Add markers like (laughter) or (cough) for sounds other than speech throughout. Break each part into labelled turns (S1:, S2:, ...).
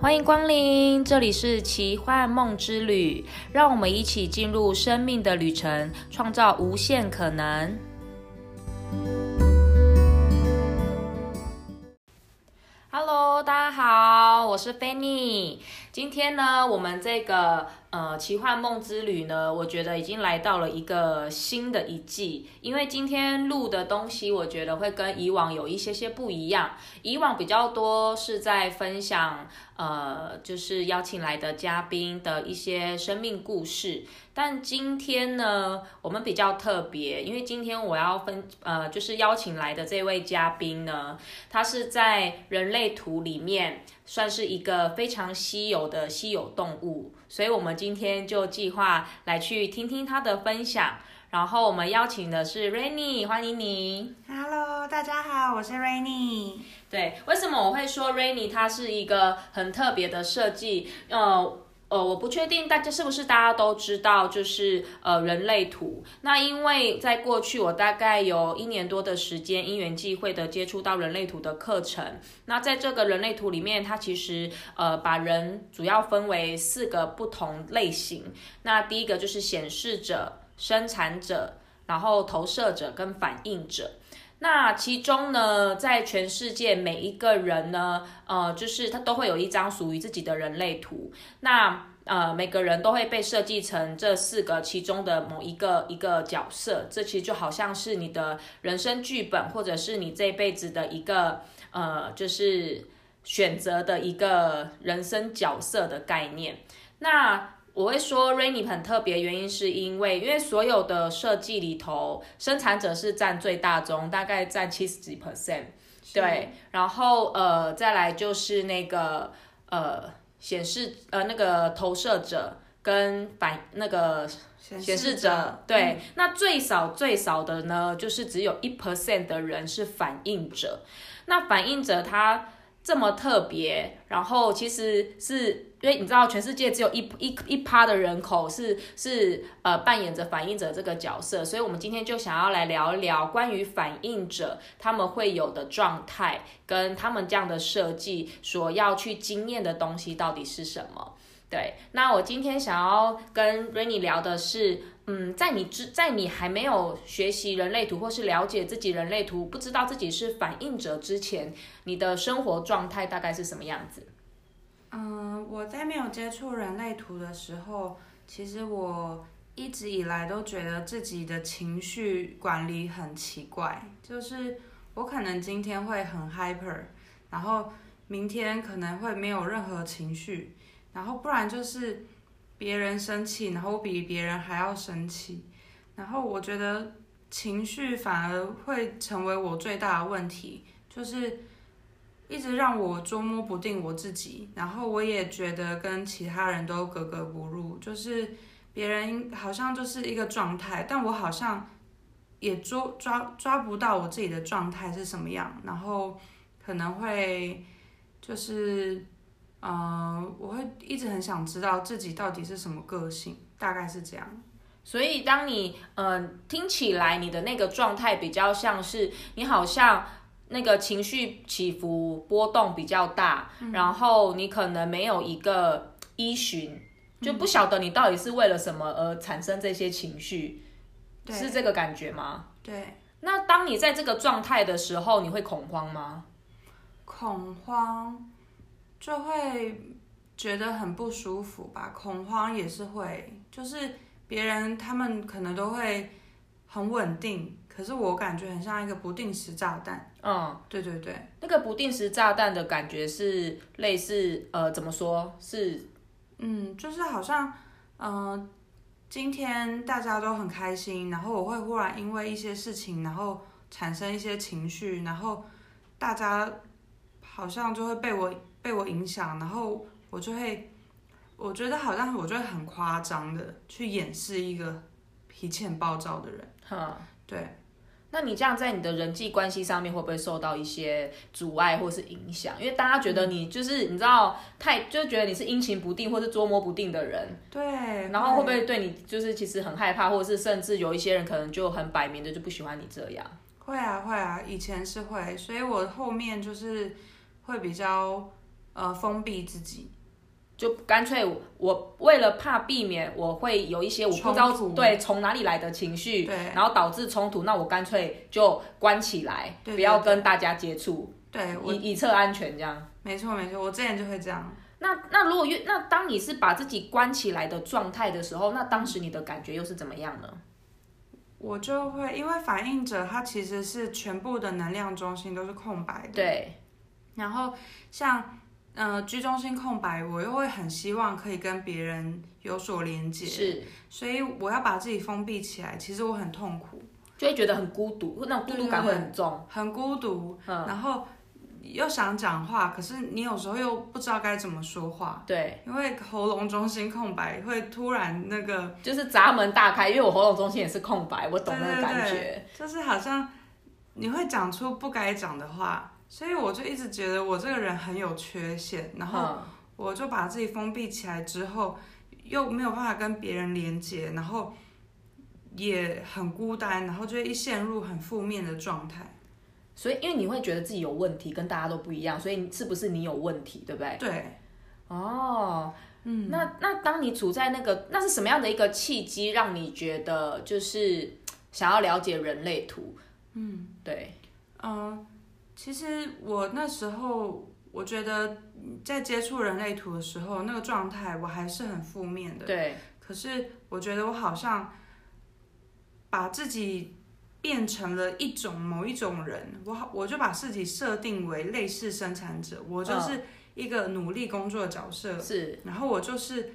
S1: 欢迎光临，这里是奇幻梦之旅，让我们一起进入生命的旅程，创造无限可能。Hello，大家好，我是菲尼。今天呢，我们这个呃奇幻梦之旅呢，我觉得已经来到了一个新的一季，因为今天录的东西，我觉得会跟以往有一些些不一样。以往比较多是在分享呃，就是邀请来的嘉宾的一些生命故事，但今天呢，我们比较特别，因为今天我要分呃，就是邀请来的这位嘉宾呢，它是在人类图里面算是一个非常稀有的稀有动物，所以我们今天就计划来去听听它的分享。然后我们邀请的是 Rainy，欢迎你。
S2: Hello，大家好，我是 Rainy。
S1: 对，为什么我会说 Rainy 它是一个很特别的设计？呃。呃，我不确定大家是不是大家都知道，就是呃人类图。那因为在过去我大概有一年多的时间，因缘际会的接触到人类图的课程。那在这个人类图里面，它其实呃把人主要分为四个不同类型。那第一个就是显示者、生产者，然后投射者跟反应者。那其中呢，在全世界每一个人呢，呃，就是他都会有一张属于自己的人类图。那呃，每个人都会被设计成这四个其中的某一个一个角色，这其实就好像是你的人生剧本，或者是你这辈子的一个呃，就是选择的一个人生角色的概念。那我会说 Rainy 很特别，原因是因为因为所有的设计里头，生产者是占最大宗，大概占七十几 percent，对，然后呃再来就是那个呃显示呃那个投射者跟反那个显示者，嗯对，那最少最少的呢，就是只有一 percent 的人是反应者。那反应者他这么特别，然后其实是因为你知道，全世界只有一一一趴的人口是是呃扮演着反应者这个角色，所以我们今天就想要来聊一聊关于反应者他们会有的状态，跟他们这样的设计所要去经验的东西到底是什么。对，那我今天想要跟 Rainy 聊的是，嗯，在你之在你还没有学习人类图或是了解自己人类图，不知道自己是反应者之前，你的生活状态大概是什么样子？
S2: 嗯，我在没有接触人类图的时候，其实我一直以来都觉得自己的情绪管理很奇怪，就是我可能今天会很 hyper，然后明天可能会没有任何情绪，然后不然就是别人生气，然后我比别人还要生气，然后我觉得情绪反而会成为我最大的问题，就是。一直让我捉摸不定我自己，然后我也觉得跟其他人都格格不入，就是别人好像就是一个状态，但我好像也捉抓抓不到我自己的状态是什么样，然后可能会就是呃，我会一直很想知道自己到底是什么个性，大概是这样。
S1: 所以，当你嗯、呃听起来你的那个状态比较像是你好像那个情绪起伏波动比较大，然后你可能没有一个依循，就不晓得你到底是为了什么而产生这些情绪，
S2: 对
S1: 是这个感觉吗？
S2: 对，
S1: 那当你在这个状态的时候，你会恐慌吗？
S2: 恐慌就会觉得很不舒服吧，恐慌也是会，就是别人他们可能都会很稳定，可是我感觉很像一个不定时炸弹。
S1: 嗯，
S2: 对对对，
S1: 那个不定时炸弹的感觉是类似呃，怎么说是
S2: 嗯，就是好像，嗯、今天大家都很开心，然后我会忽然因为一些事情，然后产生一些情绪，然后大家好像就会被我被我影响，然后我就会，我觉得好像我就会很夸张的去掩饰一个脾气很暴躁的人，
S1: 哈？
S2: 对，
S1: 那你这样在你的人际关系上面会不会受到一些阻碍或是影响？因为大家觉
S2: 嗯
S1: 得你就是你知道太就觉得你是阴晴不定或是捉摸不定的人，
S2: 对，
S1: 然后会不会对你就是其实很害怕，或者是甚至有一些人可能就很摆明的就不喜欢你这样。
S2: 会啊，会啊，以前是会，所以我后面就是会比较呃封闭自己，
S1: 就干脆我我为了怕避免我会有一些我不知道
S2: 冲突
S1: 对从哪里来的情绪，
S2: 对
S1: 然后导致冲突，那我干脆就关起来，
S2: 对对
S1: 不要跟大家接触，
S2: 对我
S1: 以以策安全这样。
S2: 没错没错，我之前就会这样。
S1: 那那如果越那当你是把自己关起来的状态的时候，那当时你的感觉又是怎么样呢？
S2: 我就会，因为反应者他其实是全部的能量中心都是空白的，
S1: 对，
S2: 然后像呃居中心空白，我又会很希望可以跟别人有所连接，，
S1: 是
S2: 所以我要把自己封闭起来，其实我很痛苦，
S1: 就会觉得很孤独，那种孤独感会很重。
S2: 很孤独，
S1: 哦嗯，
S2: 然后又想讲话，可是你有时候又不知道该怎么说话。
S1: 对，
S2: 因为喉咙中心空白会突然那个，
S1: 就是闸门大开，因为我喉咙中心也是空白，我懂
S2: 对
S1: 那个
S2: 对
S1: 感觉。
S2: 对，就是好像你会讲出不该讲的话，所以我就一直觉得我这个人很有缺陷，然后
S1: 后、
S2: 我就把自己封闭起来之后，又没有办法跟别人连接，然后也很孤单，然后就会一陷入很负面的状态。
S1: 所以因为你会觉得自己有问题，跟大家都不一样，所以你是不是你有问题，对不对？
S2: 对，
S1: 哦，嗯，那那当你处在那个，那是什么样的一个契机，让你觉得就是想要了解人类图？嗯，对，
S2: 嗯、其实我那时候我觉得在接触人类图的时候，那个状态我还是很负面的。
S1: 对。
S2: 可是我觉得我好像把自己变成了一种某一种人，我好我就把自己设定为类似生产者，我就是一个努力工作的角色，
S1: 是，
S2: 然后我就是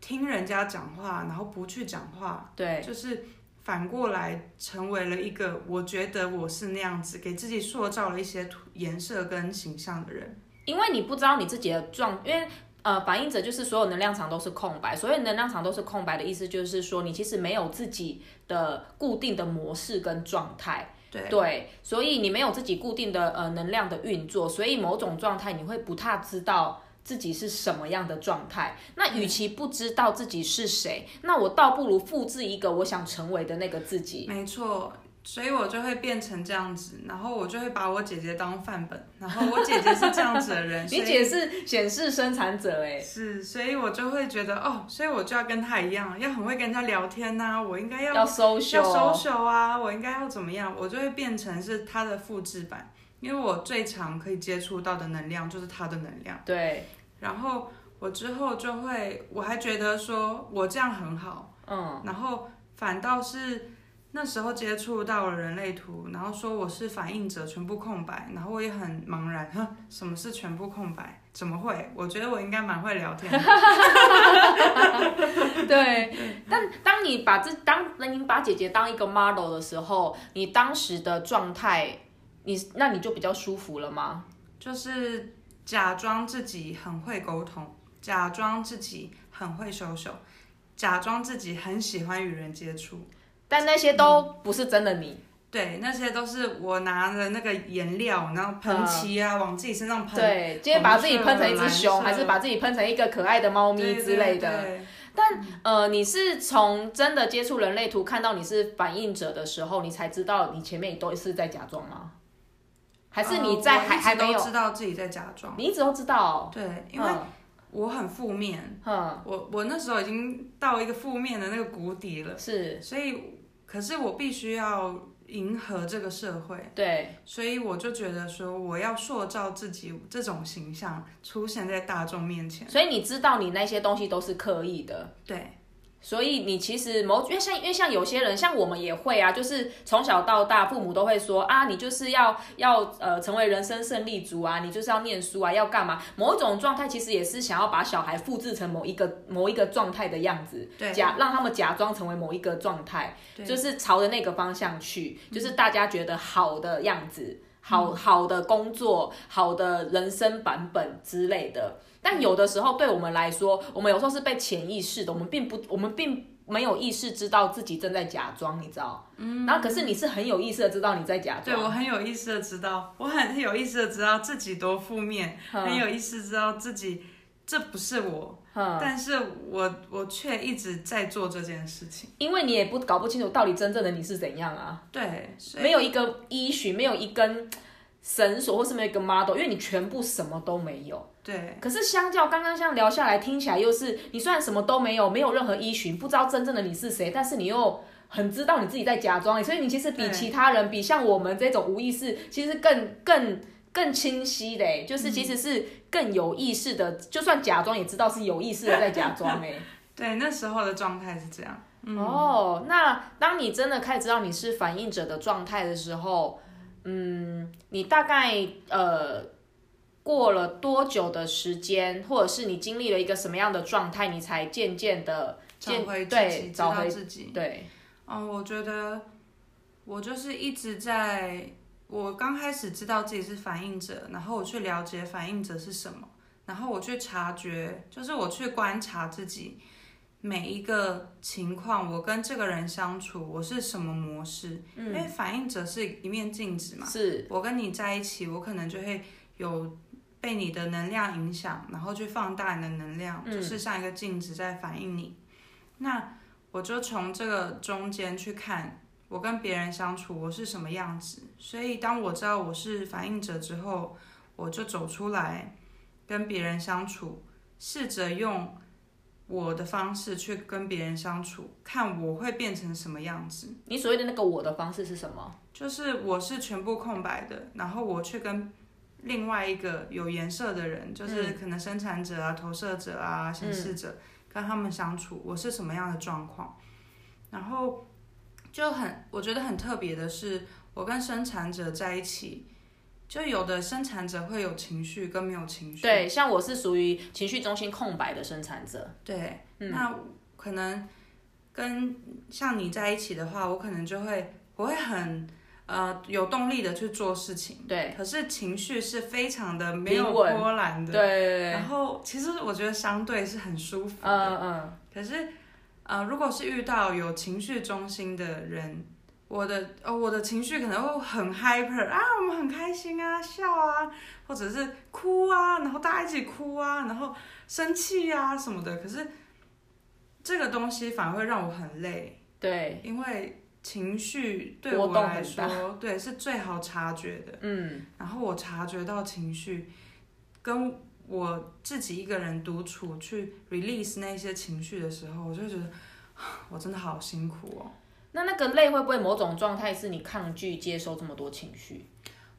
S2: 听人家讲话，然后不去讲话，
S1: 对，
S2: 就是反过来成为了一个我觉得我是那样子，给自己塑造了一些图颜色跟形象的人。
S1: 因为你不知道你自己的状，因为。呃，反应者就是所有能量场都是空白，所有能量场都是空白的意思就是说，你其实没有自己的固定的模式跟状态，
S2: 对
S1: 对，所以你没有自己固定的呃能量的运作，所以某种状态你会不太知道自己是什么样的状态。那与其不知道自己是谁，那我倒不如复制一个我想成为的那个自己。
S2: 没错。所以我就会变成这样子，然后我就会把我姐姐当范本，然后我姐姐是这样子的人，
S1: (laughs) 你
S2: 所以
S1: 解释显示生产者、欸，
S2: 是，所以我就会觉得哦，所以我就要跟她一样，要很会跟人家聊天呐、我应该哎要
S1: 要 social，哦
S2: 要 social 啊，我应该要怎么样，我就会变成是她的复制版，因为我最常可以接触到的能量就是她的能量。 (laughs)
S1: 对，
S2: 然后我之后就会，我还觉得说我这样很好，
S1: 嗯。
S2: 然后反倒是那时候接触到了人类图，然后说我是反应者，全部空白，然后我也很茫然， (laughs) 哼，什么是全部空白？怎么会？我觉得我应该蛮会聊天的，
S1: 对，但当你把这当你把姐姐当一个 model 的时候，你当时的状态，你那你就比较舒服了吗？
S2: 就是假装自己很会沟通，假装自己很会收手，假装自己很喜欢与人接触。
S1: 但那些都不是真的你，
S2: 对，那些都是我拿着那个颜料，然后喷漆啊，往自己身上喷，
S1: 对，今天把自己喷成一只熊，
S2: 红色蓝色
S1: 还是把自己喷成一个可爱的猫咪
S2: 对
S1: 之类。
S2: 对
S1: 的。
S2: 对
S1: 呃，你是从真的接触人类图看到你是反应者的时候，你才知道你前面都是在假装吗？还是你在
S2: 呃我
S1: 还、
S2: 一直
S1: 还没
S2: 都
S1: 有？
S2: 知道自己在假装？
S1: 你一直都知道、哦，
S2: 对，因为我很负面，
S1: 嗯
S2: 我我那时候已经到一个负面的那个谷底了，
S1: 嗯是
S2: 所以可是我必须要迎合这个社会，
S1: 对。
S2: 所以我就觉得说我要塑造自己这种形象出现在大众面前。
S1: 所以你知道你那些东西都是刻意的，
S2: 对
S1: 所以你其实某因为像因为像有些人像我们也会啊，就是从小到大父母都会说啊，你就是要要呃成为人生胜利组啊，你就是要念书啊，要干嘛？某一种状态其实也是想要把小孩复制成某一个某一个状态的样子，
S2: 对
S1: 假让他们假装成为某一个状态，
S2: 对嗯
S1: 就是朝着那个方向去，就是大家觉得好的样子。好好的工作，好的人生版本之类的，但有的时候对我们来说，我们有时候是被潜意识的，我们并不，我们并没有意识知道自己正在假装，你知道？嗯。然后可是你是很有意识的知道你在假
S2: 对，
S1: 装，
S2: 我很有意识的知道，我很有意识的知道自己多负面，
S1: 嗯
S2: (laughs) 很有意识地知道自己这不是我，
S1: 嗯，
S2: 但是我我却一直在做这件事情。
S1: 因为你也不搞不清楚到底真正的你是怎样啊，
S2: 对，所以
S1: 没有一个依循，没有一根绳索或是每个 model，因为你全部什么都没有。
S2: 对，
S1: 可是相较刚刚这样聊下来，听起来又是你虽然什么都没有，没有任何依循，不知道真正的你是谁，但是你又很知道你自己在假装，欸所以你其实比
S2: 对
S1: 其他人，比像我们这种无意识，其实更更更清晰的、欸，就是其实
S2: 嗯
S1: 是更有意识的，就算假装也知道是有意识的在假装哎、
S2: 对，那时候的状态是这样。
S1: 哦，那当你真的开始知道你是反应者的状态的时候，嗯，你大概呃过了多久的时间，或者是你经历了一个什么样的状态，你才渐渐的
S2: 找
S1: 渐
S2: 回自己，
S1: 对
S2: 知
S1: 找
S2: 道
S1: 回
S2: 自己。
S1: 对
S2: 嗯，我觉得我就是一直在，我刚开始知道自己是反应者，然后我去了解反应者是什么，然后我去察觉，就是我去观察自己每一个情况，我跟这个人相处，我是什么模式，因为反应者是一面镜子嘛，
S1: 是
S2: 我跟你在一起，我可能就会有被你的能量影响，然后去放大你的能量，就是像一个镜子在反映你。那我就从这个中间去看我跟别人相处我是什么样子，所以当我知道我是反应者之后，我就走出来跟别人相处，试着用。我的方式去跟别人相处，看我会变成什么样子。
S1: 你所谓的那个我的方式是什么？
S2: 就是我是全部空白的，然后我去跟另外一个有颜色的人，就是可能生产者啊、投射者啊、显示者，跟他们相处，我是什么样的状况，然后就很我觉得很特别的是，我跟生产者在一起，就有的生产者会有情绪跟没有情绪，
S1: 对，像我是属于情绪中心空白的生产者，
S2: 对，那可能跟像你在一起的话，我可能就会我会很呃有动力的去做事情，
S1: 对
S2: 可是情绪是非常的没有
S1: 平稳
S2: 波澜
S1: 对
S2: 的，
S1: 对，
S2: 然后其实我觉得相对是很舒服的，
S1: 嗯嗯，
S2: 可是呃如果是遇到有情绪中心的人。我的呃，我的情绪可能会很 hyper 啊，我们很开心啊，笑啊，或者是哭啊，然后大家一起哭啊，然后生气啊什么的。可是这个东西反而会让我很累，
S1: 对，
S2: 因为情绪对
S1: 波
S2: 我
S1: 动
S2: 来
S1: 很
S2: 说，对是最好察觉的。
S1: 嗯，
S2: 然后我察觉到情绪，跟我自己一个人独处去 release 那些情绪的时候，我就会觉得 (sighs) 啊我真的好辛苦哦。
S1: 那那个累会不会某种状态是你抗拒接收这么多情绪？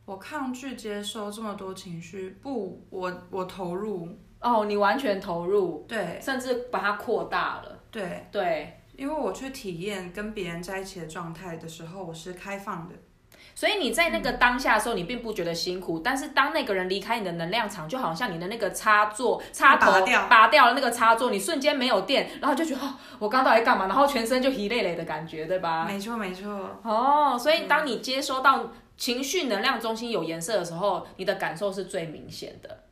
S2: 我抗拒接收这么多情绪，不，我我投入，
S1: 哦，你完全投入，
S2: 对
S1: 甚至把它扩大了。
S2: 对，
S1: 对，
S2: 因为我去体验跟别人在一起的状态的时候，我是开放的，
S1: 所以你在那个当下的时候，你并不觉得辛苦，但是当那个人离开你的能量场，就好像你的那个插座插头
S2: 拔掉
S1: 拔掉了那个插座，你瞬间没有电，然后就觉得哦，我刚到底干嘛？然后全身就疲累累的感觉，对吧？
S2: 没错没错，
S1: 哦，所以
S2: 嗯
S1: 当你接收到情绪能量中心有颜色的时候，你的感受是最明显的。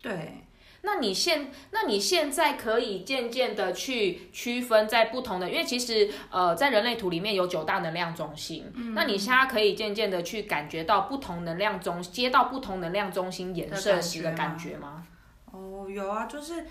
S2: 对，
S1: 那你现，那你现在可以渐渐的去区分在不同的，因为其实呃，在人类图里面有九大能量中心，那你现在可以渐渐的去感觉到不同能量中，接到不同能量中心颜色时的
S2: 的
S1: 感
S2: 感
S1: 觉 (laughs) 吗？
S2: 哦，有啊，就是，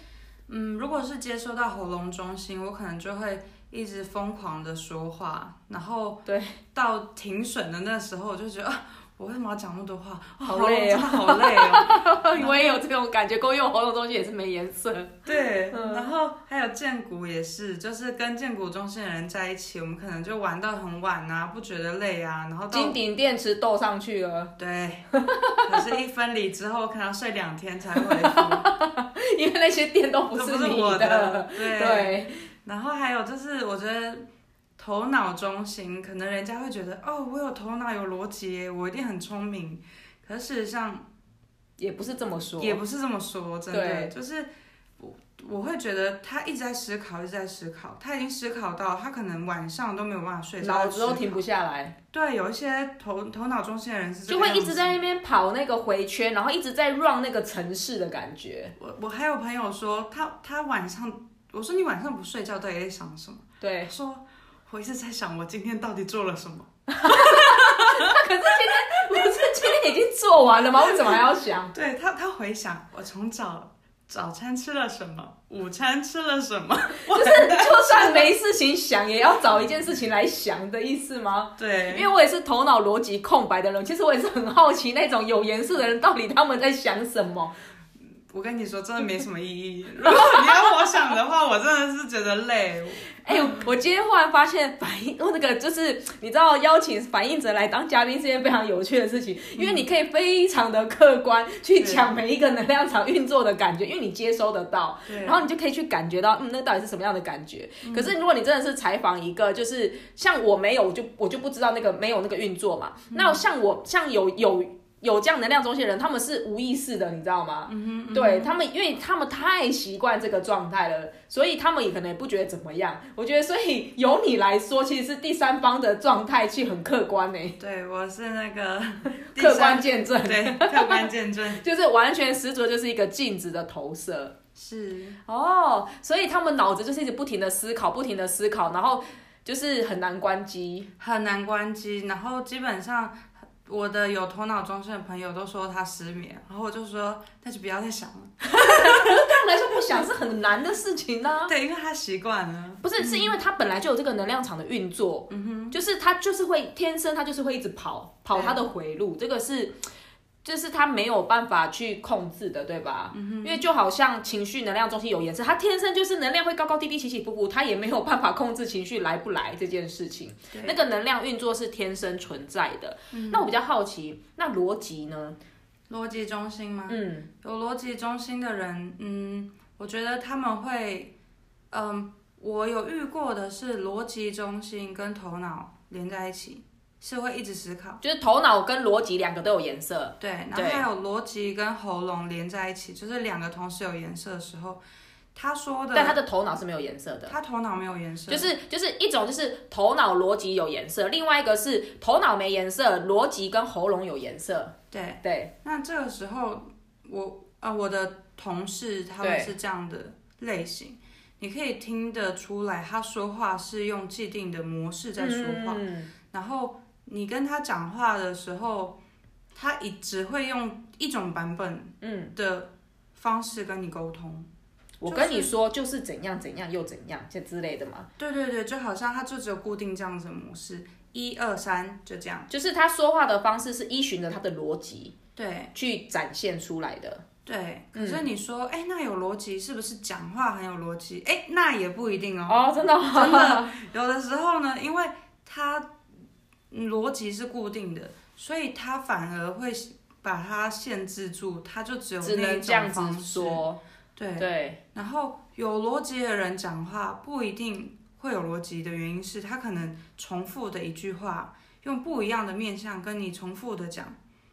S2: 嗯，如果是接收到喉咙中心，我可能就会一直疯狂的说话，然后
S1: 对，
S2: 到停损的那时候，我就觉得、啊、我为什么要讲那么多话？啊
S1: 好
S2: 喉咙
S1: 累哦
S2: 真的好累哦。 (laughs)
S1: 我也有这种感觉，跟我用喉咙中心也是没颜色。
S2: 对，
S1: 嗯
S2: 然后还有建骨也是，就是跟建骨中心的人在一起，我们可能就玩到很晚啊，不觉得累啊，然后到
S1: 金顶电池斗上去了，
S2: 对，可是，一分离之后，可能要睡两天才恢复，
S1: 因为那些电都 (laughs) 不
S2: 这
S1: 是
S2: 不是
S1: 你
S2: 我的。对，
S1: 对，
S2: 然后还有就是，我觉得头脑中心，可能人家会觉得，哦，我有头脑，有逻辑耶，我一定很聪明。可是事实上
S1: 也不是这么说。
S2: 也不是这么说，真
S1: 对
S2: 的，就是我我会觉得他一直在思考，一直在思考，他已经思考到他可能晚上都没有办法睡觉，
S1: 脑子都
S2: 在思
S1: 停不下来，
S2: 对，有一些头头脑中心的人是这
S1: 就
S2: 个
S1: 会一
S2: 样
S1: 直
S2: 子
S1: 在那边跑那个回圈，然后一直在 run 那个城市的感觉。
S2: 我我还有朋友说，他他晚上，我说你晚上不睡觉到底在想什么？
S1: 对， (laughs)
S2: 他说我一直在想我今天到底做了什么。
S1: 可是
S2: (laughs) 啊
S1: 今天不是今天已经做完了吗？为什么还要想？
S2: 对他，他回想我从早早餐吃了什么，午餐吃了什么，
S1: 就是就算没事情想，也要找一件事情来想的意思吗？因
S2: 对，
S1: 为我也是头脑逻辑空白的人，其实我也是很好奇那种有严肃的人到底他们在想什么。
S2: 我跟你说，真的没什么意 (laughs) 义。如果你要我想的话，我真的是觉得累。
S1: 哎、我今天忽然发现反应，我那个就是你知道邀请反应者来当嘉宾是件非常有趣的事情，因为你可以非常的客观去讲每一个能量场运作的感觉，因为你接收得到。
S2: 对嗯
S1: 然，后你就可以去感觉到，嗯，那到底是什么样的感觉？可是如果你真的是采访一个，就是像我没有，我就我就不知道那个没有那个运作嘛。
S2: 嗯
S1: 那像我像有有有这样能量中心的人，他们是无意识的，你知道吗？嗯对他们，因为他们太习惯这个状态了，所以他们也可能也不觉得怎么样。我觉得，所以由你来说，其实是第三方的状态去很客观呢、
S2: 对我是那个第
S1: 客
S2: 三
S1: 观见证，
S2: 对，客观见证
S1: 就是完全十足地就是一个镜子的投射。
S2: (laughs) 是，
S1: 哦，所以他们脑子就是一直不停的思考，不停的思考，然后就是很难关机。
S2: 很难关机。然后基本上我的有头脑中心的朋友都说他失眠，然后我就说那就不要再想了。
S1: 对我们来说，不想是很难的事情呢、
S2: 对，因为他习惯了。
S1: 不是，是因为他本来就有这个能量场的运作，嗯哼，就是他就是会天生他就是会一直跑跑他的回路，这个是就是他没有办法去控制的，对吧？嗯哼，因为就好像情绪能量中心有颜色，他天生就是能量会高高低低起起伏伏，他也没有办法控制情绪来不来这件事情。那
S2: 对，
S1: 个能量运作是天生存在的。那我比较好奇，那逻辑呢？
S2: 逻辑中心吗？
S1: 嗯，
S2: 有逻辑中心的人，嗯，我觉得他们会，嗯，我有遇过的是逻辑中心跟头脑连在一起，是会一直思考。
S1: 就是头脑跟逻辑两个都有颜色。
S2: 对，然
S1: 呃
S2: 后
S1: 对
S2: 还有逻辑跟喉咙连在一起，就是两个同时有颜色的时候，他说的，
S1: 但他的头脑是没有颜色的，
S2: 他头脑没有颜色，
S1: 就是就是一种就是头脑逻辑有颜色，另外一个是头脑没颜色，逻辑跟喉咙有颜色。
S2: 对。
S1: 对，
S2: 那这个时候，我啊、我的同事他们
S1: 对
S2: 是这样的类型，你可以听得出来，他说话是用既定的模式在说话。
S1: 嗯
S2: 然后你跟他讲话的时候，他一只会用一种版本
S1: 嗯，
S2: 的方式跟你沟通。
S1: 我
S2: 就
S1: 跟你说就是怎样怎样又怎样，这之类的嘛。
S2: 对对对，就好像他就只有固定这样子的模式，一二三就这样。
S1: 就是他说话的方式是依循着他的逻辑
S2: 对
S1: 去展现出来的。
S2: 对，可
S1: 嗯
S2: 是你说，哎、那有逻辑，是不是讲话很有逻辑？哎、那也不一定哦。
S1: 哦，真的、哦，
S2: 真的，有的时候呢，因为它嗯逻辑是固定的，所以它反而会把它限制住，它就只
S1: (laughs)
S2: 有
S1: 只
S2: 那一
S1: 能这
S2: 种
S1: 样
S2: 方
S1: 子
S2: 式。
S1: 说。
S2: 对，
S1: 对，
S2: 然后有逻辑的人讲话不一定会有逻辑的原因是他可能重复的一句话，用不一样的面向跟你重复的讲。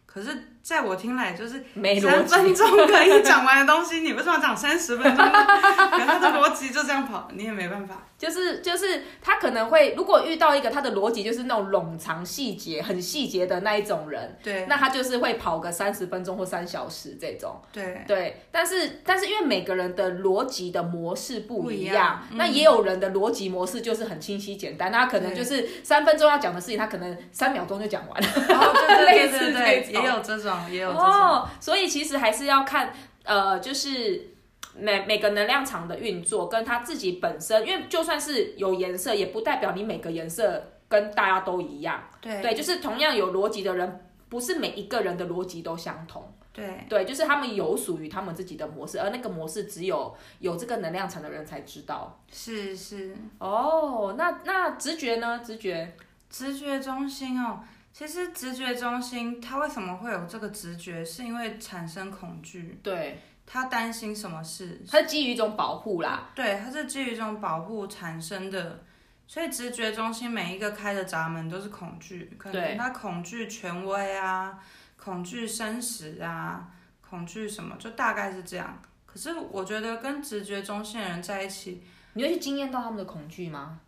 S2: 可是，在我听来，就是
S1: 没逻
S2: 三分
S1: 辑。
S2: 钟可以讲完的东西，你为什么要讲三
S1: (laughs)
S2: 十分钟呢？可是他的逻辑就这样跑，你也没办法。
S1: 就是就是他可能会，如果遇到一个他的逻辑就是那种冗长细节、很细节的那一种人，
S2: 对
S1: 那他就是会跑个三十分钟或三小时这种。
S2: 对，
S1: 对，但是但是因为每个人的逻辑的模式不一
S2: 不一样
S1: 那也有人的逻辑模式就是很清晰简单，那他可能就是三分钟要讲的事情，他可能三秒钟就讲完了。
S2: 哦，对对对对
S1: 类
S2: 对，
S1: 似这种
S2: 也有这种，也有这种。
S1: 哦，所以其实还是要看呃，就是。每每个能量场的运作跟他自己本身，因为就算是有颜色，也不代表你每个颜色跟大家都一样。
S2: 对
S1: 对，就是同样有逻辑的人，不是每一个人的逻辑都相同。
S2: 对
S1: 对，就是他们有属于他们自己的模式，而那个模式只有有这个能量场的人才知道。
S2: 是是，
S1: 哦，那那直觉呢？直觉，
S2: 直觉中心哦。其实直觉中心，它为什么会有这个直觉？是因为产生恐惧，
S1: 对，
S2: 他担心什么事？
S1: 它是基于一种保护啦。
S2: 对，它是基于一种保护产生的。所以直觉中心每一个开的闸门都是恐惧，可
S1: 对
S2: 能他恐惧权威啊，恐惧生死啊，恐惧什么，就大概是这样。可是我觉得跟直觉中心的人在一起，
S1: 你会去惊艳到他们的恐惧吗？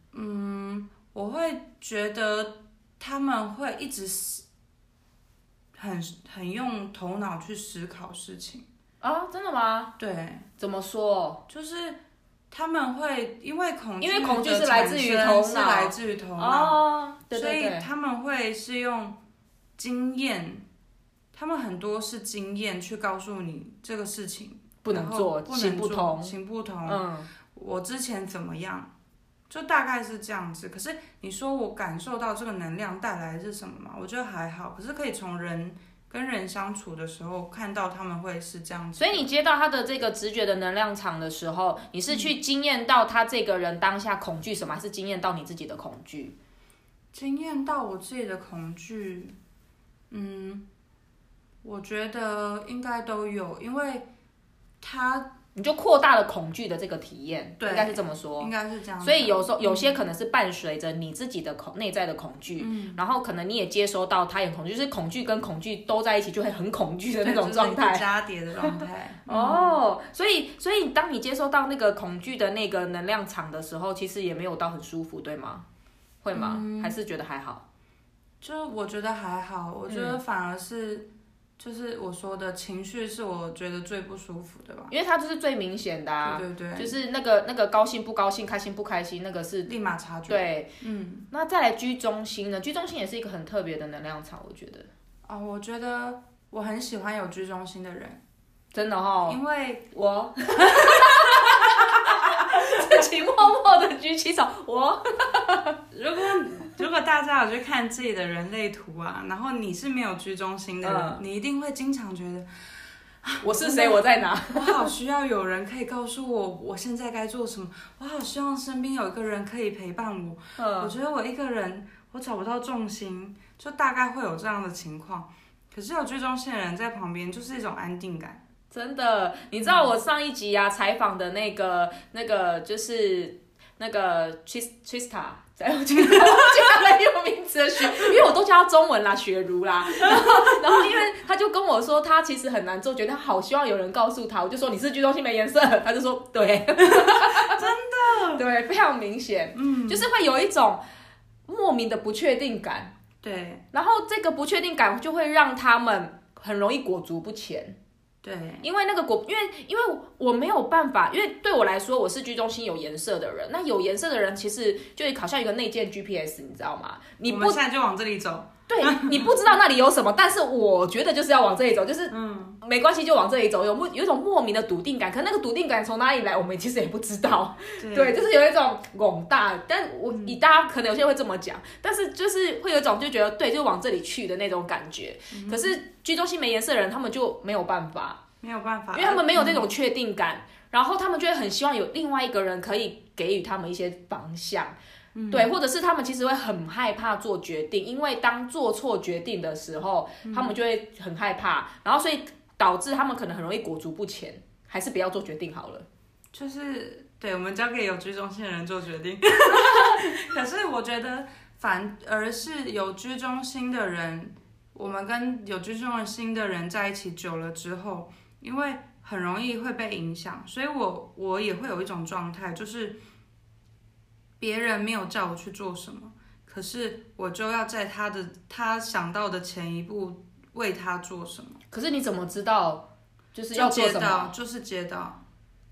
S2: 我会觉得他们会一直思很很用头脑去思考事情，
S1: 啊，真的吗？
S2: 对，
S1: 怎么说？
S2: 就是他们会因为恐惧，
S1: 因为恐惧是来自于头脑
S2: 是来自于头脑，
S1: 哦，对对
S2: 所以
S1: 对，
S2: 他们会是用经验，他们很多是经验去告诉你这个事情
S1: 不能做，
S2: 然后不
S1: 行
S2: 能
S1: 不
S2: 做
S1: 通。
S2: 行不通。
S1: 嗯，
S2: 我之前怎么样，就大概是这样子。可是你说我感受到这个能量带来的是什么吗？我觉得还好，可是可以从人跟人相处的时候看到他们会是这样子。
S1: 所以你接到他的这个直觉的能量场的时候，你是去惊艳到他这个人当下恐惧什么，还是惊艳到你自己的恐惧？
S2: 惊艳到我自己的恐惧，嗯，我觉得应该都有，因为他
S1: 你就扩大了恐惧的这个体验，
S2: 对
S1: 应该是这么说。
S2: 应该是这样子。
S1: 所以有时候有些可能是伴随着你自己的恐内在的恐惧，然后可能你也接收到他也恐惧，就是恐惧跟恐惧都在一起，就会很恐惧的那种状
S2: 对就是一
S1: 态。
S2: 个。 (laughs) 加叠的状态
S1: 哦，所以所以当你接收到那个恐惧的那个能量场的时候，其实也没有到很舒服，对吗？会吗？还是觉得还好？
S2: 就我觉得还好，我觉
S1: 嗯
S2: 得反而是、就是我说的情绪是我觉得最不舒服的吧。
S1: 因为它就是最明显的啊，
S2: 对对对，
S1: 就是那个那个高兴不高兴、开心不开心，那个是
S2: 立马察觉。
S1: 对。嗯，那再来居中心呢？居中心也是一个很特别的能量场，我觉得
S2: 哦，我觉得我很喜欢有居中心的人，
S1: 真的哦。
S2: 因为
S1: 我， (laughs) 自己默默的举起手，我
S2: 如果如果大家有去看自己的人类图啊，然后你是没有居中心的人，
S1: 嗯
S2: 你一定会经常觉得，
S1: 我是谁？我在哪？
S2: 我好需要有人可以告诉我我现在该做什么，我好希望身边有一个人可以陪伴我。
S1: 嗯
S2: 我觉得我一个人我找不到重心，就大概会有这样的情况。可是有居中心的人在旁边，就是一种安定感。
S1: 真的，你知道我上一集啊采访的那个那个就是那个 Tris Trista。哎， (laughs) 我竟然我竟然没有名字的雪，因为我都叫她中文啦，雪茹啦。然后，然后因为他就跟我说，他其实很难做决定，他好希望有人告诉他。我就说你是剧中心没颜色，他就说对，真的， (laughs) 对，非常明显，嗯，就是会有一种莫名的不确定感，
S2: 对
S1: 然后这个不确定感就会让他们很容易裹足不前。
S2: 对，
S1: 因为那个果，因为因为我没有办法，因为对我来说，我是居中心有颜色的人。那有颜色的人，其实就好像一个内建 GPS，你知道吗？你
S2: 我
S1: 不
S2: 们现在就往这里走。
S1: 对，你不知道那里有什么，但是我觉得就是要往这里走，就是嗯，没关系，就往这里走，有莫有一种莫名的笃定感。可那个笃定感从哪里来，我们其实也不知道。
S2: 对嗯
S1: 对，就是有一种拱大，但我以大家可能有些人会这么讲，但是就是会有一种就觉得对，就往这里去的那种感觉。
S2: 嗯
S1: 可是居中心没颜色的人，他们就没有办法。
S2: 没有办法，
S1: 因为他们没有这种确定感，然后他们就会很希望有另外一个人可以给予他们一些方向，对，或者是他们其实会很害怕做决定，因为当做错决定的时候，他们就会很害怕，然后所以导致他们可能很容易裹足不前，还是不要做决定好了。
S2: 就是对，我们交给有居中心的人做决定。可是我觉得，反而是有居中心的人，我们跟有居中心的人在一起久了之后，因为很容易会被影响，所以我我也会有一种状态，就是别人没有叫我去做什么，可是我就要在他的他想到的前一步为他做什么，
S1: 可是你怎么知道就是要做
S2: 接
S1: 什么？
S2: 到就是接到，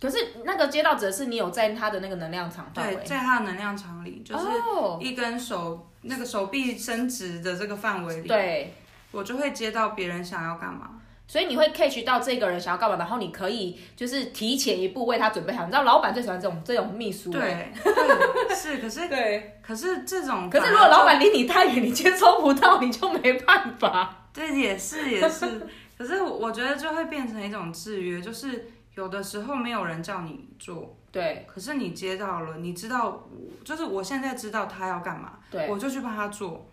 S1: 可是那个街道指的是你有在他的那个能量场范
S2: 对，
S1: 围，
S2: 在他的能量场里，就是。
S1: 哦，
S2: 一根手那个手臂伸直的这个范围里，
S1: 对，
S2: 我就会接到别人想要干嘛。
S1: 所以你会 catch 到这个人想要干嘛，然后你可以就是提前一步为他准备好。你知道老板最喜欢这种这种秘书，
S2: 对，对，是，可是
S1: 哎对。
S2: 可是这种反而就，
S1: 可是如果老板离你太远，你接收不到，你就没办
S2: (laughs)
S1: 法。
S2: 对也是也是，可是我我觉得就会变成一种制约，就是有的时候没有人叫你做，
S1: 对
S2: 可是你接到了，你知道我，就是我现在知道他要干嘛，
S1: 对，
S2: 我就去帮他做，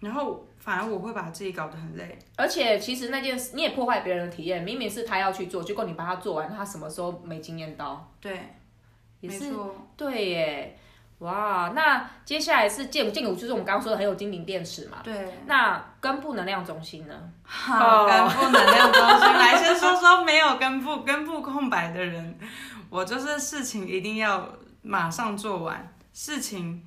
S2: 然后反而我会把自己搞得很累。
S1: 而且其实那件事你也破坏别人的体验，明明是他要去做，结果你把他做完，他什么时候没经验到？
S2: 对，
S1: 哦也
S2: 没
S1: 是
S2: 错，
S1: 对耶，哇！那接下来是剑剑骨，就是我们刚刚说的很有精灵电池嘛。
S2: 对。
S1: 那根部能量中心呢？
S2: 好，
S1: 哦
S2: 根部能量中心来先说说没有根部根部空白的人，我就是事情一定要马上做完，事情，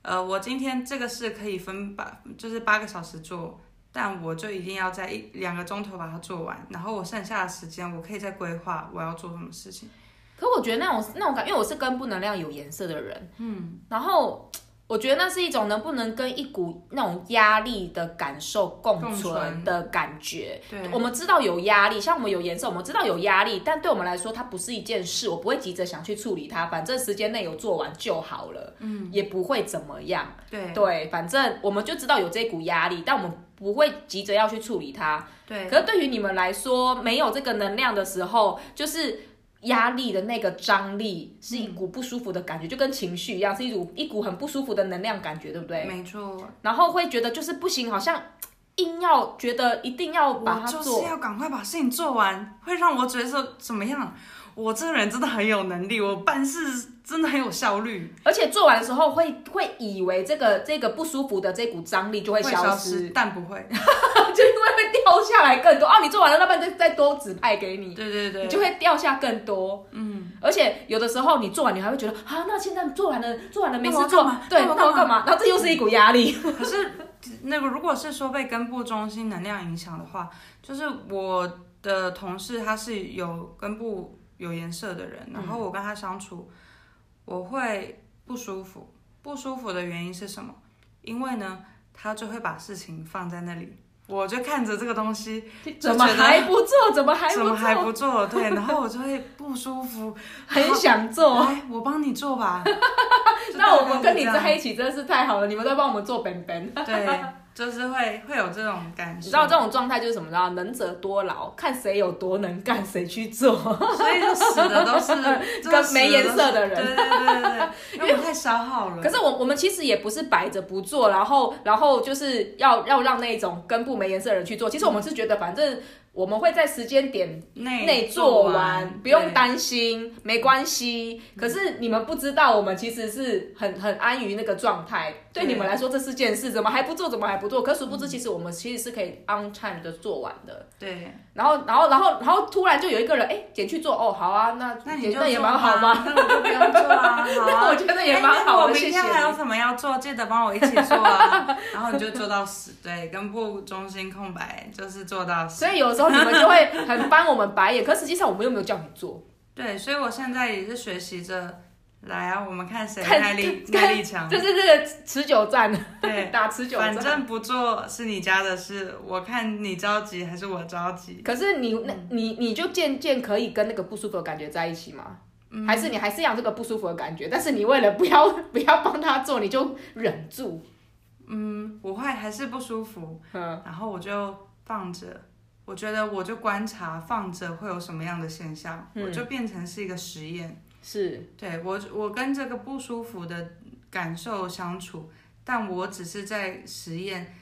S2: 呃，我今天这个事可以分八，就是八个小时做，但我就一定要在一两个钟头把它做完，然后我剩下的时间我可以再规划我要做什么事情。
S1: 可我觉得那种那种感，因为我是根部能量有颜色的人，嗯，然后我觉得那是一种能不能跟一股那种压力的感受共
S2: 共
S1: 存
S2: 存
S1: 的感觉。
S2: 对
S1: 我们知道有压力，像我们有颜色，我们知道有压力，但对我们来说，它不是一件事，我不会急着想去处理它，反正时间内有做完就好了，嗯，也不会怎么样。
S2: 对
S1: 对，反正我们就知道有这股压力，但我们不会急着要去处理它。
S2: 对
S1: 可是对于你们来说，没有这个能量的时候，就是压力的那个张力是一股不舒服的感觉，就跟情绪一样，是一股一股很不舒服的能量感觉，对不对？
S2: 没错，
S1: 然后会觉得就是不行，好像硬要觉得一定要把
S2: 我
S1: 它
S2: 就是
S1: 做。
S2: 要赶快把事情做完，会让我觉得说怎么样？我这个人真的很有能力，我办事真的很有效率，
S1: 而且做完的时候会会以为这个这个不舒服的这股张力就会消
S2: 消
S1: 失，
S2: 但不会。
S1: 就因为会掉下来更多哦。你做完了，那不然再再多指派给你。
S2: 对对对，
S1: 你就会掉下更多。嗯，而且有的时候你做完，你还会觉得啊，那现在做完了，做完了没
S2: 那我
S1: 事
S2: 要
S1: 做
S2: 干嘛，
S1: 对，
S2: 那我要
S1: 那我
S2: 干
S1: 干嘛？然后这又是一股压力。
S2: 可是那个如果是说被根部中心能量影响的话，就是我的同事他是有根部有颜色的人，
S1: 嗯
S2: 然后我跟他相处，我会不舒服。不舒服的原因是什么？因为呢，他就会把事情放在那里，我就看着这个东西，
S1: 怎么还不做？怎 (laughs) 么还
S2: 怎
S1: 不
S2: 么还
S1: 做？
S2: 不做？对，然后我就会不舒服。
S1: 很想 (laughs) 做。
S2: 来，我帮你
S1: (laughs)
S2: 做吧。 (laughs) 就
S1: 那我
S2: 大概
S1: 们
S2: 是
S1: 跟你
S2: 这
S1: 在
S2: 样
S1: 一起真的是太好了，你们在帮我们做本本。
S2: 对，就是会会有这种感
S1: 你
S2: 受
S1: 知。道这种状态就是什么？你知道能者多劳，看谁有多能干，谁去做。
S2: 所以就死的
S1: (laughs)
S2: 都是
S1: 跟没颜色的人
S2: 对对
S1: (laughs)
S2: 对对对，因为我太消耗了。
S1: 可是我我们其实也不是摆着不做，然后然后就是要要让那种根部没颜色的人去做。其实我们是觉得，反正我们会在时间点
S2: 内
S1: 内做
S2: 做嗯
S1: 完，不用担心，没关系。可是你们不知道，我们其实是很很安于那个状态。对
S2: 对
S1: 你们来说，这是件事，怎么还不做？怎么还不做？可殊不知，其实我们其实是可以 on time 的做完的。
S2: 对。对，
S1: 然后，然后，然后，然后突然就有一个人，哎，减去做，哦，好啊，那
S2: 那你
S1: 减
S2: 就
S1: 那也蛮
S2: 做
S1: 好
S2: 吧
S1: 吗？？
S2: 那我就不用做啊，
S1: (laughs)
S2: 好
S1: 那我
S2: 啊。
S1: 觉得也蛮好
S2: 哎那我
S1: 的，
S2: 明
S1: 谢谢
S2: 天
S1: 你。
S2: 还有什么要做，记得帮我一起做
S1: (laughs)
S2: 啊。然后你就做到死，对，根部中心空白就是做到死。
S1: 所以有时候你们就会很翻我们白眼，可实际上我们又没有叫你做，
S2: 对，所以我现在也是学习着，来啊，我们看谁
S1: 看
S2: 耐力
S1: 看
S2: 耐力强
S1: 这。是这个持久战， (laughs)
S2: 对，
S1: 打持久战
S2: 反。正不做是你家的事，我看你着急还是我着急。
S1: 可是你那你你就渐渐可以跟那个不舒服的感觉在一起吗？还是你还是要这个不舒服的感觉，但是你为了不要 (laughs) 不要帮他做，你就忍住。
S2: 嗯，我会还是不舒服，
S1: 嗯，
S2: 然后我就放着。我觉得我就观察放着会有什么样的现象，
S1: 嗯
S2: 我就变成是一个实验。
S1: 是
S2: 对我，我跟这个不舒服的感受相处，但我只是在实验。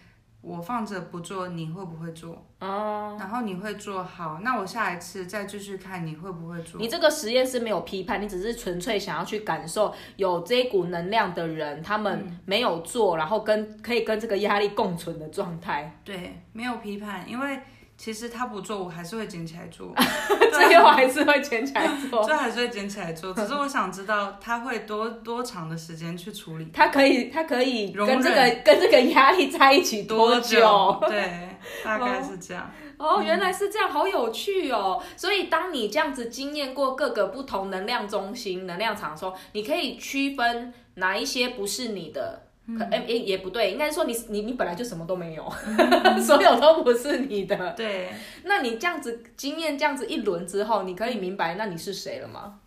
S2: 我放着不做，你会不会做？哦，然后你会做好，那我下一次再继续看你会不会做。
S1: 你这个实验是没有批判，你只是纯粹想要去感受有这一股能量的人，他们没有做，然后跟可以跟这个压力共存的状 (laughs) 态。
S2: 对，没有批判，因为其实他不做，我还是会捡起来
S1: (laughs)
S2: 做，啊
S1: 最后还是会捡起来做。
S2: 这还是会捡起来做。只是我想知道他会多多长的时间去处理
S1: 他可以，他可以
S2: 容
S1: 跟这个跟这个压力在一起多久？
S2: 久？对，大概是这样。
S1: 哦，原来是这样，好有趣哦！所以当你这样子经验过各个不同能量中心、能量场的时候，你可以区分哪一些不是你的。可诶、诶也不对，应该说你你你本来就什么都没有， (laughs) 所有都不是你的。
S2: 对，
S1: 那你这样子经验这样子一轮之后，你可以明白那你是谁了吗？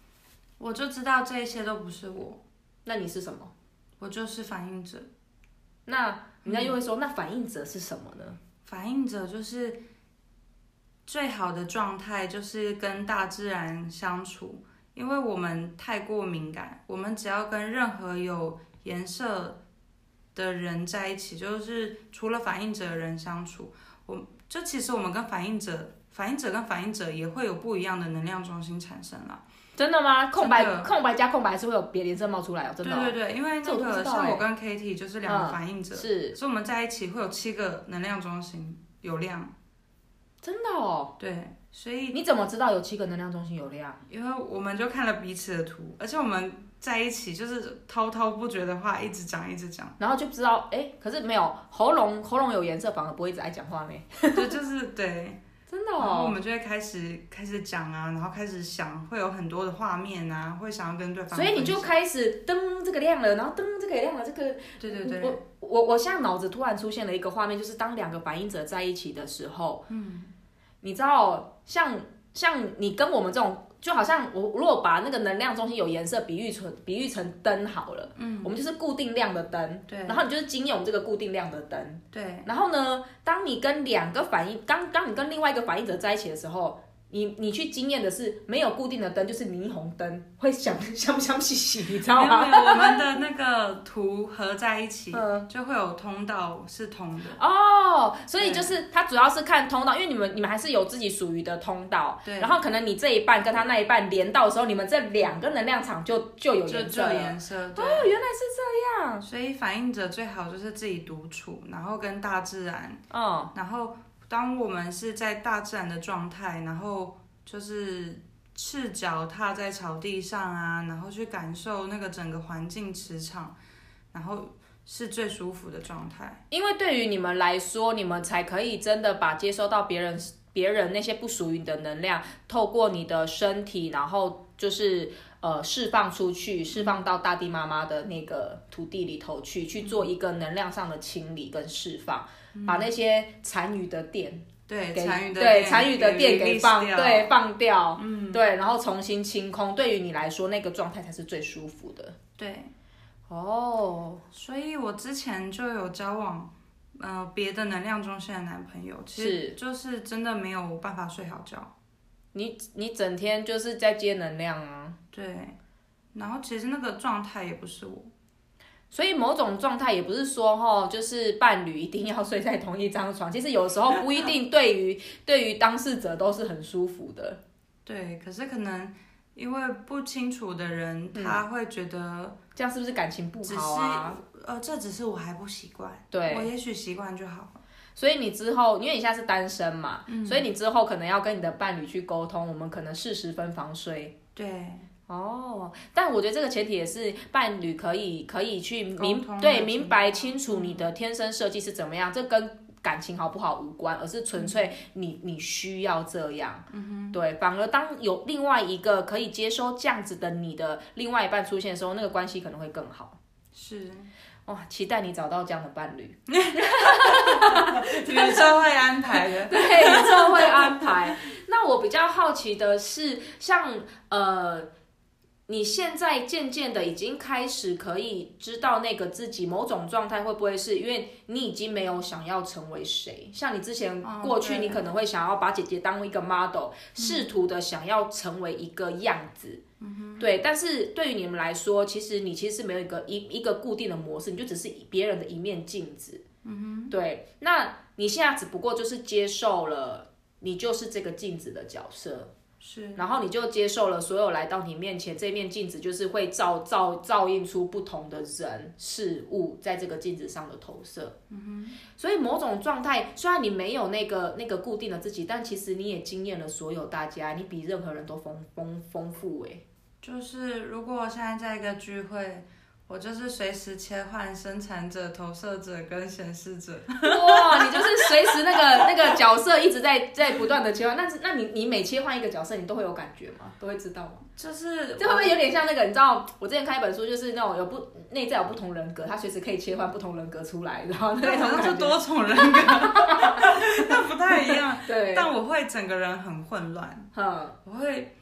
S2: 我就知道这一些都不是我，
S1: 那你是什么？
S2: 我就是反应者。
S1: 那人家又会说，那反应者是什么呢？
S2: 反应者就是最好的状态，就是跟大自然相处，因为我们太过敏感，我们只要跟任何有颜色的人在一起，就是除了反应者的人相处，我就其实我们跟反应者。反应者跟反应者也会有不一样的能量中心产生啦。
S1: 真的吗？空白
S2: 真的
S1: 空白加空白还是会有别连声冒出来哦，真的哦、
S2: 对对对，因为
S1: 这
S2: 那
S1: 我都不
S2: 个
S1: 知道
S2: 像
S1: 欸
S2: 我跟 Kitty 就是两个
S1: 嗯
S2: 反应者，
S1: 是
S2: 所以我们在一起会有七个能量中心有量。
S1: 真的哦。
S2: 对，所以
S1: 你怎么知道有七个能量中心有量？
S2: 因为我们就看了彼此的图，而且我们在一起就是滔滔不绝的话，一直讲一直讲， (laughs)
S1: 然后就不知道，哎，可是没有喉咙，喉咙有颜色反而不会一直爱讲话呢。
S2: 就就是对，
S1: 真的
S2: 然后
S1: 哦，
S2: 我们就会开始开始讲啊，然后开始想，会有很多的画面啊，会想要跟对方分
S1: 所
S2: 享。
S1: 以你就开始灯这个亮了，然后灯这个也亮了，这个
S2: 对对对，
S1: 我我我现在脑子突然出现了一个画面，就是当两个反应者在一起的时候，嗯，你知道，像像你跟我们这种，就好像我如果把那个能量中心有颜色比喻成比喻成灯好了，嗯，我们就是固定量的灯，
S2: 对
S1: 然后你就是经用这个固定量的灯，
S2: 对
S1: 然后呢，当你跟两个反应，当当你跟另外一个反应者在一起的时候，你你去经验的是没有固定的灯，就是霓虹灯，会想 (laughs) 想不想洗洗，你知道吗？
S2: 没有没有我们的那个图合在一起，
S1: 嗯。
S2: 就会有通道是通的。
S1: 哦，所以就是它主要是看通道，因为你们你们还是有自己属于的通道，
S2: 对
S1: 然后可能你这一半跟他那一半连到的时候，你们这两个能量场就就有
S2: 就
S1: 颜
S2: 就
S1: 色
S2: 有
S1: 了。
S2: 颜色，对。
S1: 哦，原来是这样。
S2: 所以反应者最好就是自己独处，然后跟大自然。
S1: 嗯，
S2: 然后当我们是在大自然的状态，然后就是赤脚踏在草地上啊，然后去感受那个整个环境磁场，然后是最舒服的状态。
S1: 因为对于你们来说，你们才可以真的把接收到别人别人那些不属于你的能量，透过你的身体，然后就是呃释放出去，释放到大地妈妈的那个土地里头去，去做一个能量上的清理跟释放，把那些残余的电。
S2: 对，
S1: 给
S2: 残余的
S1: 对
S2: 电
S1: 残余的电给
S2: release
S1: 放
S2: 掉
S1: 对放掉，嗯，对，然后重新清空，对于你来说那个状态才是最舒服的。
S2: 对。
S1: 哦，
S2: 所以我之前就有交往。呃，别的能量中心的男朋友，其实就是真的没有办法睡好觉。
S1: 你你整天就是在接能量啊，
S2: 对，然后其实那个状态也不是我，
S1: 所以某种状态也不是说哈，就是伴侣一定要睡在同一张床， (laughs) 其实有时候不一定对于 (laughs) 对于当事者都是很舒服的。
S2: 对，可是可能因为不清楚的人，他会觉得，
S1: 这样是不是感情不好啊？
S2: 呃，这只是我还不习惯，
S1: 对，
S2: 我也许习惯就好了。
S1: 所以你之后，因为你现在是单身嘛，
S2: 嗯
S1: 所以你之后可能要跟你的伴侣去沟通，我们可能适时分房睡。
S2: 对，
S1: 哦，但我觉得这个前提也是伴侣可以可以去明
S2: 沟通的
S1: 对
S2: 情
S1: 明
S2: 况
S1: 白清楚你的天生设计是怎么样，这跟感情好不好无关，而是纯粹你你需要这样。嗯哼，对，反而当有另外一个可以接收这样子的你的另外一半出现的时候，那个关系可能会更好。
S2: (laughs) 是
S1: 哇，期待你找到这样的伴侣。
S2: 宇宙会安排的。
S1: 对，宇宙会安排。那我比较好奇的是，像呃，你现在渐渐的已经开始可以知道那个自己某种状态会不会是因为你已经没有想要成为谁？像你之前
S2: 哦
S1: 过去，
S2: 对
S1: 你可能会想要把姐姐当一个 model，试图的想要成为一个样子。对，但是对于你们来说，其实你其实没有一个一一个固定的模式，你就只是别人的一面镜子。嗯哼，对，那你现在只不过就是接受了，你就是这个镜子的角色，
S2: 是，
S1: 然后你就接受了所有来到你面前这面镜子，就是会照照照映出不同的人事物在这个镜子上的投射。嗯哼，所以某种状态，虽然你没有那个那个固定的自己，但其实你也经验了所有大家，你比任何人都丰丰丰富欸诶、
S2: 就是如果我现在在一个聚会，我就是随时切换生产者、投射者跟显示者。
S1: 哇，你就是随时那个那个角色一直在在不断的切换，那是那你你每切换一个角色，你都会有感觉吗？都会知道吗？
S2: 就是
S1: 这会不会有点像那个？你知道，我之前看一本书，就是那种有不内在有不同人格，他随时可以切换不同人格出来，然后
S2: 我
S1: 那
S2: 哦
S1: 种
S2: 好像就
S1: 感觉。
S2: 多重人
S1: (laughs)
S2: 格， (laughs) 那不太一样。
S1: 对，
S2: 但我会整个人很混乱。
S1: 嗯，
S2: 我会，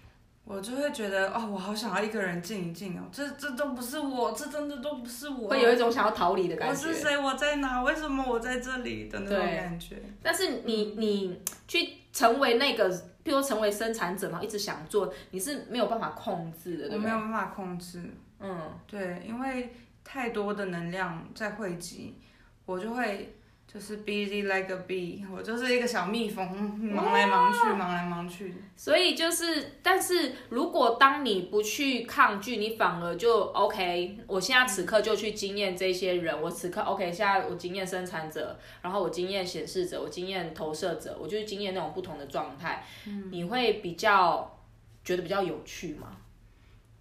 S2: 我就会觉得哦，我好想要一个人静一静哦，这这都不是我，这真的都不是我，
S1: 会有一种想要逃离的感
S2: 我
S1: 觉
S2: 是。谁，我在哪，为什么我在这里的那种
S1: 对
S2: 感觉。
S1: 但是
S2: 嗯
S1: 你你去成为那个，譬如成为生产者，然后一直想做，你是没有办法控制的，
S2: 我
S1: 对不
S2: 没
S1: 对？
S2: 有办法控制，
S1: 嗯，
S2: 对，因为太多的能量在汇集，我就会就是 busy like a bee，我就是一个小蜜蜂，嗯忙来忙去，忙来忙去。
S1: 所以就是，但是如果当你不去抗拒，你反而就 OK。我现在此刻就去经验这些人，我此刻 OK。现在我经验生产者，然后我经验显示者，我经验投射者，我就去经验那种不同的状态。你会比较觉得比较有趣吗？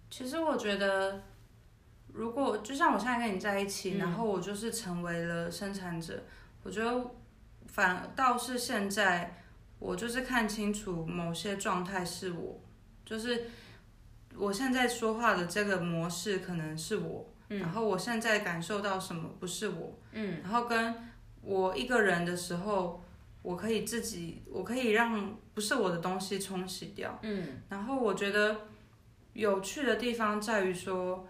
S2: 其实我觉得，如果就像我现在跟你在一起，然后我就是成为了生产者，我觉得反倒是现在我就是看清楚某些状态是我，就是我现在说话的这个模式可能是我，然后我现在感受到什么不是我，嗯，然后跟我一个人的时候，我可以自己，我可以让不是我的东西冲洗掉，嗯，然后我觉得有趣的地方在于说。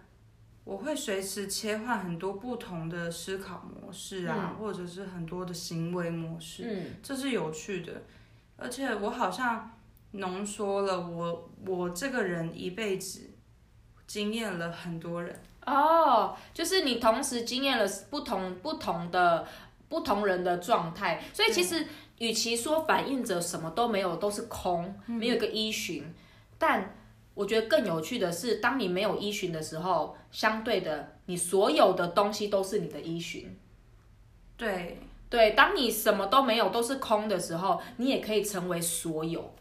S2: 我会随时切换很多不同的思考模式啊，或者是很多的行为模式，
S1: 嗯，
S2: 这是有趣的，而且我好像浓缩了我我这个人一辈子经验了很多人，
S1: 哦，就是你同时经验了不同不同的不同人的状态，所以其实与其说反应者什么都没有，都是空，没有一个依循，但我觉得更有趣的是，当你没有依循的时候，相对的，你所有的东西都是你的依循。
S2: 对，
S1: 对，当你什么都没有，都是空的时候，你也可以成为所有。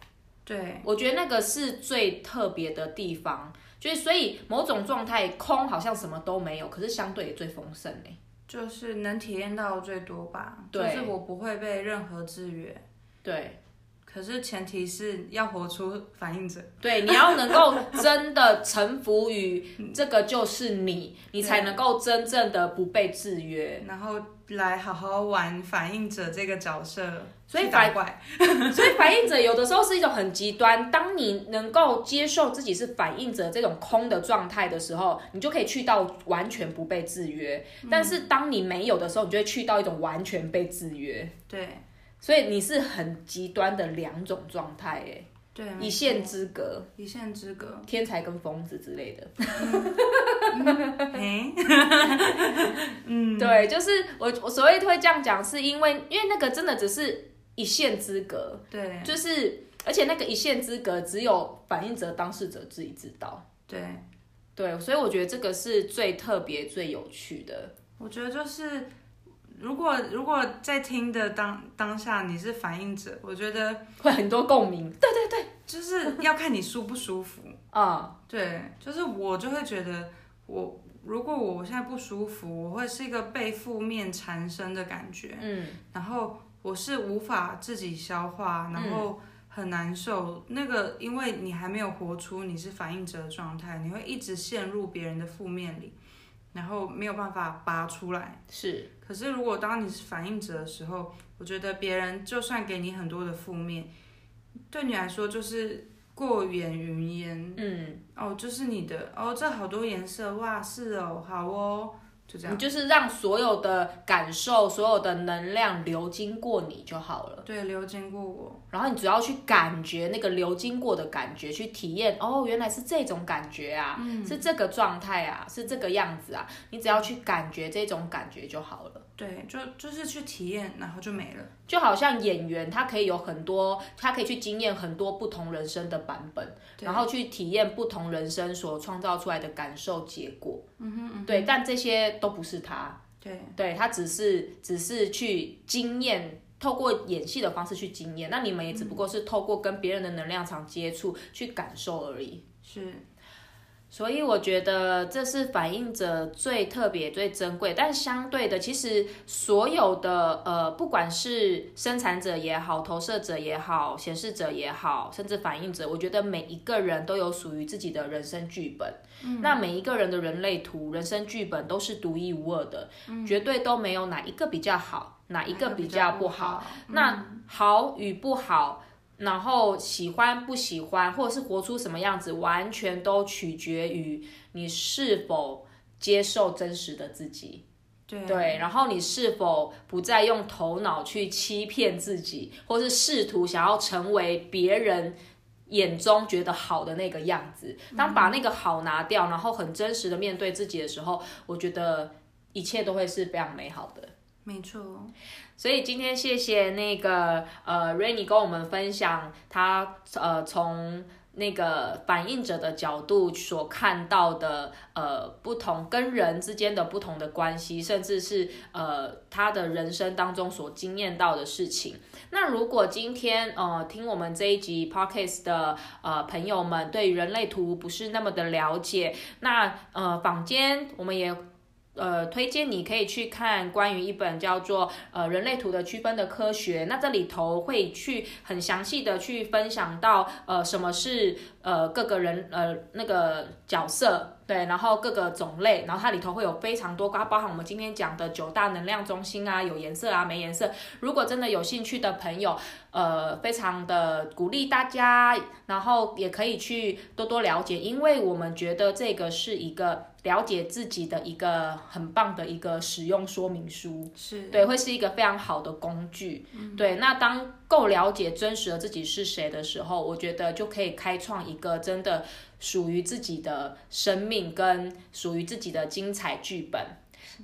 S2: 对，
S1: 我觉得那个是最特别的地方，就是所以某种状态空好像什么都没有，可是相对也最丰盛嘞。
S2: 就是能体验到最多吧，就
S1: 对
S2: 是我不会被任何制约，
S1: 对
S2: 可是前提是要活出反应者，
S1: 对，你要能够真的臣服于这个就是你，
S2: 嗯
S1: 你才能够真正的不被制约。
S2: 然后来好好玩反应者这个角色，
S1: 所以
S2: 去打怪。
S1: 所以反应者有的时候是一种很极端。当你能够接受自己是反应者这种空的状态的时候，你就可以去到完全不被制约。
S2: 嗯
S1: 但是当你没有的时候，你就会去到一种完全被制约。
S2: 对
S1: 所以你是很极端的两种状态，诶，
S2: 对，啊嗯没
S1: 一线
S2: 错
S1: 之隔，
S2: 一线之
S1: (laughs)
S2: 隔。
S1: 天才跟疯子之类的。
S2: 哎，嗯
S1: 对，就是我我所谓会这样讲，是因为因为那个真的只是一线之隔，
S2: 对
S1: 就是而且那个一线之隔只有反应者当事者自己知道。
S2: 对，
S1: 对，所以我觉得这个是最特别、最有趣的。
S2: 我觉得就是，如果如果在听的当当下你是反应者，我觉得
S1: 会很多共鸣
S2: 就是要看你舒不舒服。
S1: 啊、
S2: 对，就是我就会觉得我。如果我现在不舒服，我会是一个被负面缠身的感觉，
S1: 嗯，
S2: 然后我是无法自己消化，然后很难受。那个，因为你还没有活出你是反应者的状态，你会一直陷入别人的负面里，然后没有办法拔出来。
S1: 是
S2: 可是如果当你是反应者的时候，我觉得别人就算给你很多的负面，对你来说就是过眼云烟。
S1: 嗯，
S2: 哦，就是你的哦，这好多颜色哇，是哦，好哦，就这样
S1: 你。就是让所有的感受、所有的能量流经过你就好了。
S2: 对，流经过我，
S1: 然后你只要去感觉那个流经过的感觉，去体验哦，原来是这种感觉啊，是这个状态啊，是这个样子啊。你只要去感觉这种感觉就好了。
S2: 对，就就是去体验，然后就没了。
S1: 就好像演员，他可以有很多，他可以去经验很多不同人生的版本，
S2: 对
S1: 然后去体验不同人生所创造出来的感受结果。嗯哼对，但这些都不是他，
S2: 对
S1: 对他只是只是去经验。透过演戏的方式去经验，那你们也只不过是透过跟别人的能量场接触去感受而已。
S2: 是，
S1: 所以我觉得这是反映着最特别、最珍贵，但相对的，其实所有的呃，不管是生产者也好、投射者也好、显示者也好，甚至反映者，我觉得每一个人都有属于自己的人生剧本。那每一个人的人类图、人生剧本都是独一无二的，绝对都没有哪一个比较好，哪一个比较不好。
S2: 好？
S1: 那好与不好，然后喜欢不喜欢，或者是活出什么样子，完全都取决于你是否接受真实的自己。
S2: 对
S1: 对，然后你是否不再用头脑去欺骗自己，或是试图想要成为别人。眼中觉得好的那个样子，当把那个好拿掉，然后很真实的面对自己的时候，我觉得一切都会是非常美好的。
S2: 没错，
S1: 所以今天谢谢那个呃 Rainy 跟我们分享他呃从那个反应者的角度所看到的呃不同跟人之间的不同的关系，甚至是呃他的人生当中所经验到的事情。那如果今天呃听我们这一集 podcast 的呃朋友们对于人类图不是那么的了解，那呃坊间我们也呃，推荐你可以去看关于一本叫做《呃人类图的区分的科学》，那这里头会去很详细的去分享到呃什么是呃各个人呃那个角色对，然后各个种类，然后它里头会有非常多，包包含我们今天讲的九大能量中心啊，有颜色啊，没颜色。如果真的有兴趣的朋友，呃，非常的鼓励大家，然后也可以去多多了解，因为我们觉得这个是一个了解自己的一个很棒的一个使用说明书，
S2: 是
S1: 对，会是一个非常好的工具。对，那当够了解真实的自己是谁的时候，我觉得就可以开创一个真的属于自己的生命跟属于自己的精彩剧本。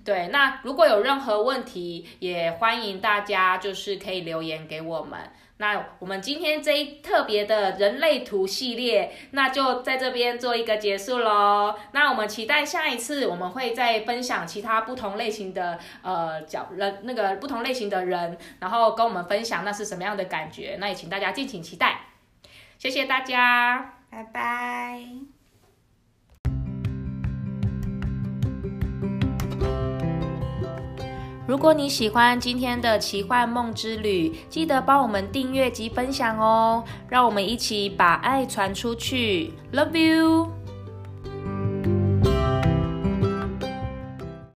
S1: 对，那如果有任何问题，也欢迎大家就是可以留言给我们。那我们今天这一特别的人类图系列，那就在这边做一个结束喽。那我们期待下一次我们会再分享其他不同类型的呃角人那个不同类型的人，然后跟我们分享那是什么样的感觉。那也请大家敬请期待，谢谢大家。
S2: 拜拜。
S1: 如果你喜欢今天的奇幻梦之旅，记得帮我们订阅及分享哦，让我们一起把爱传出去。Love you。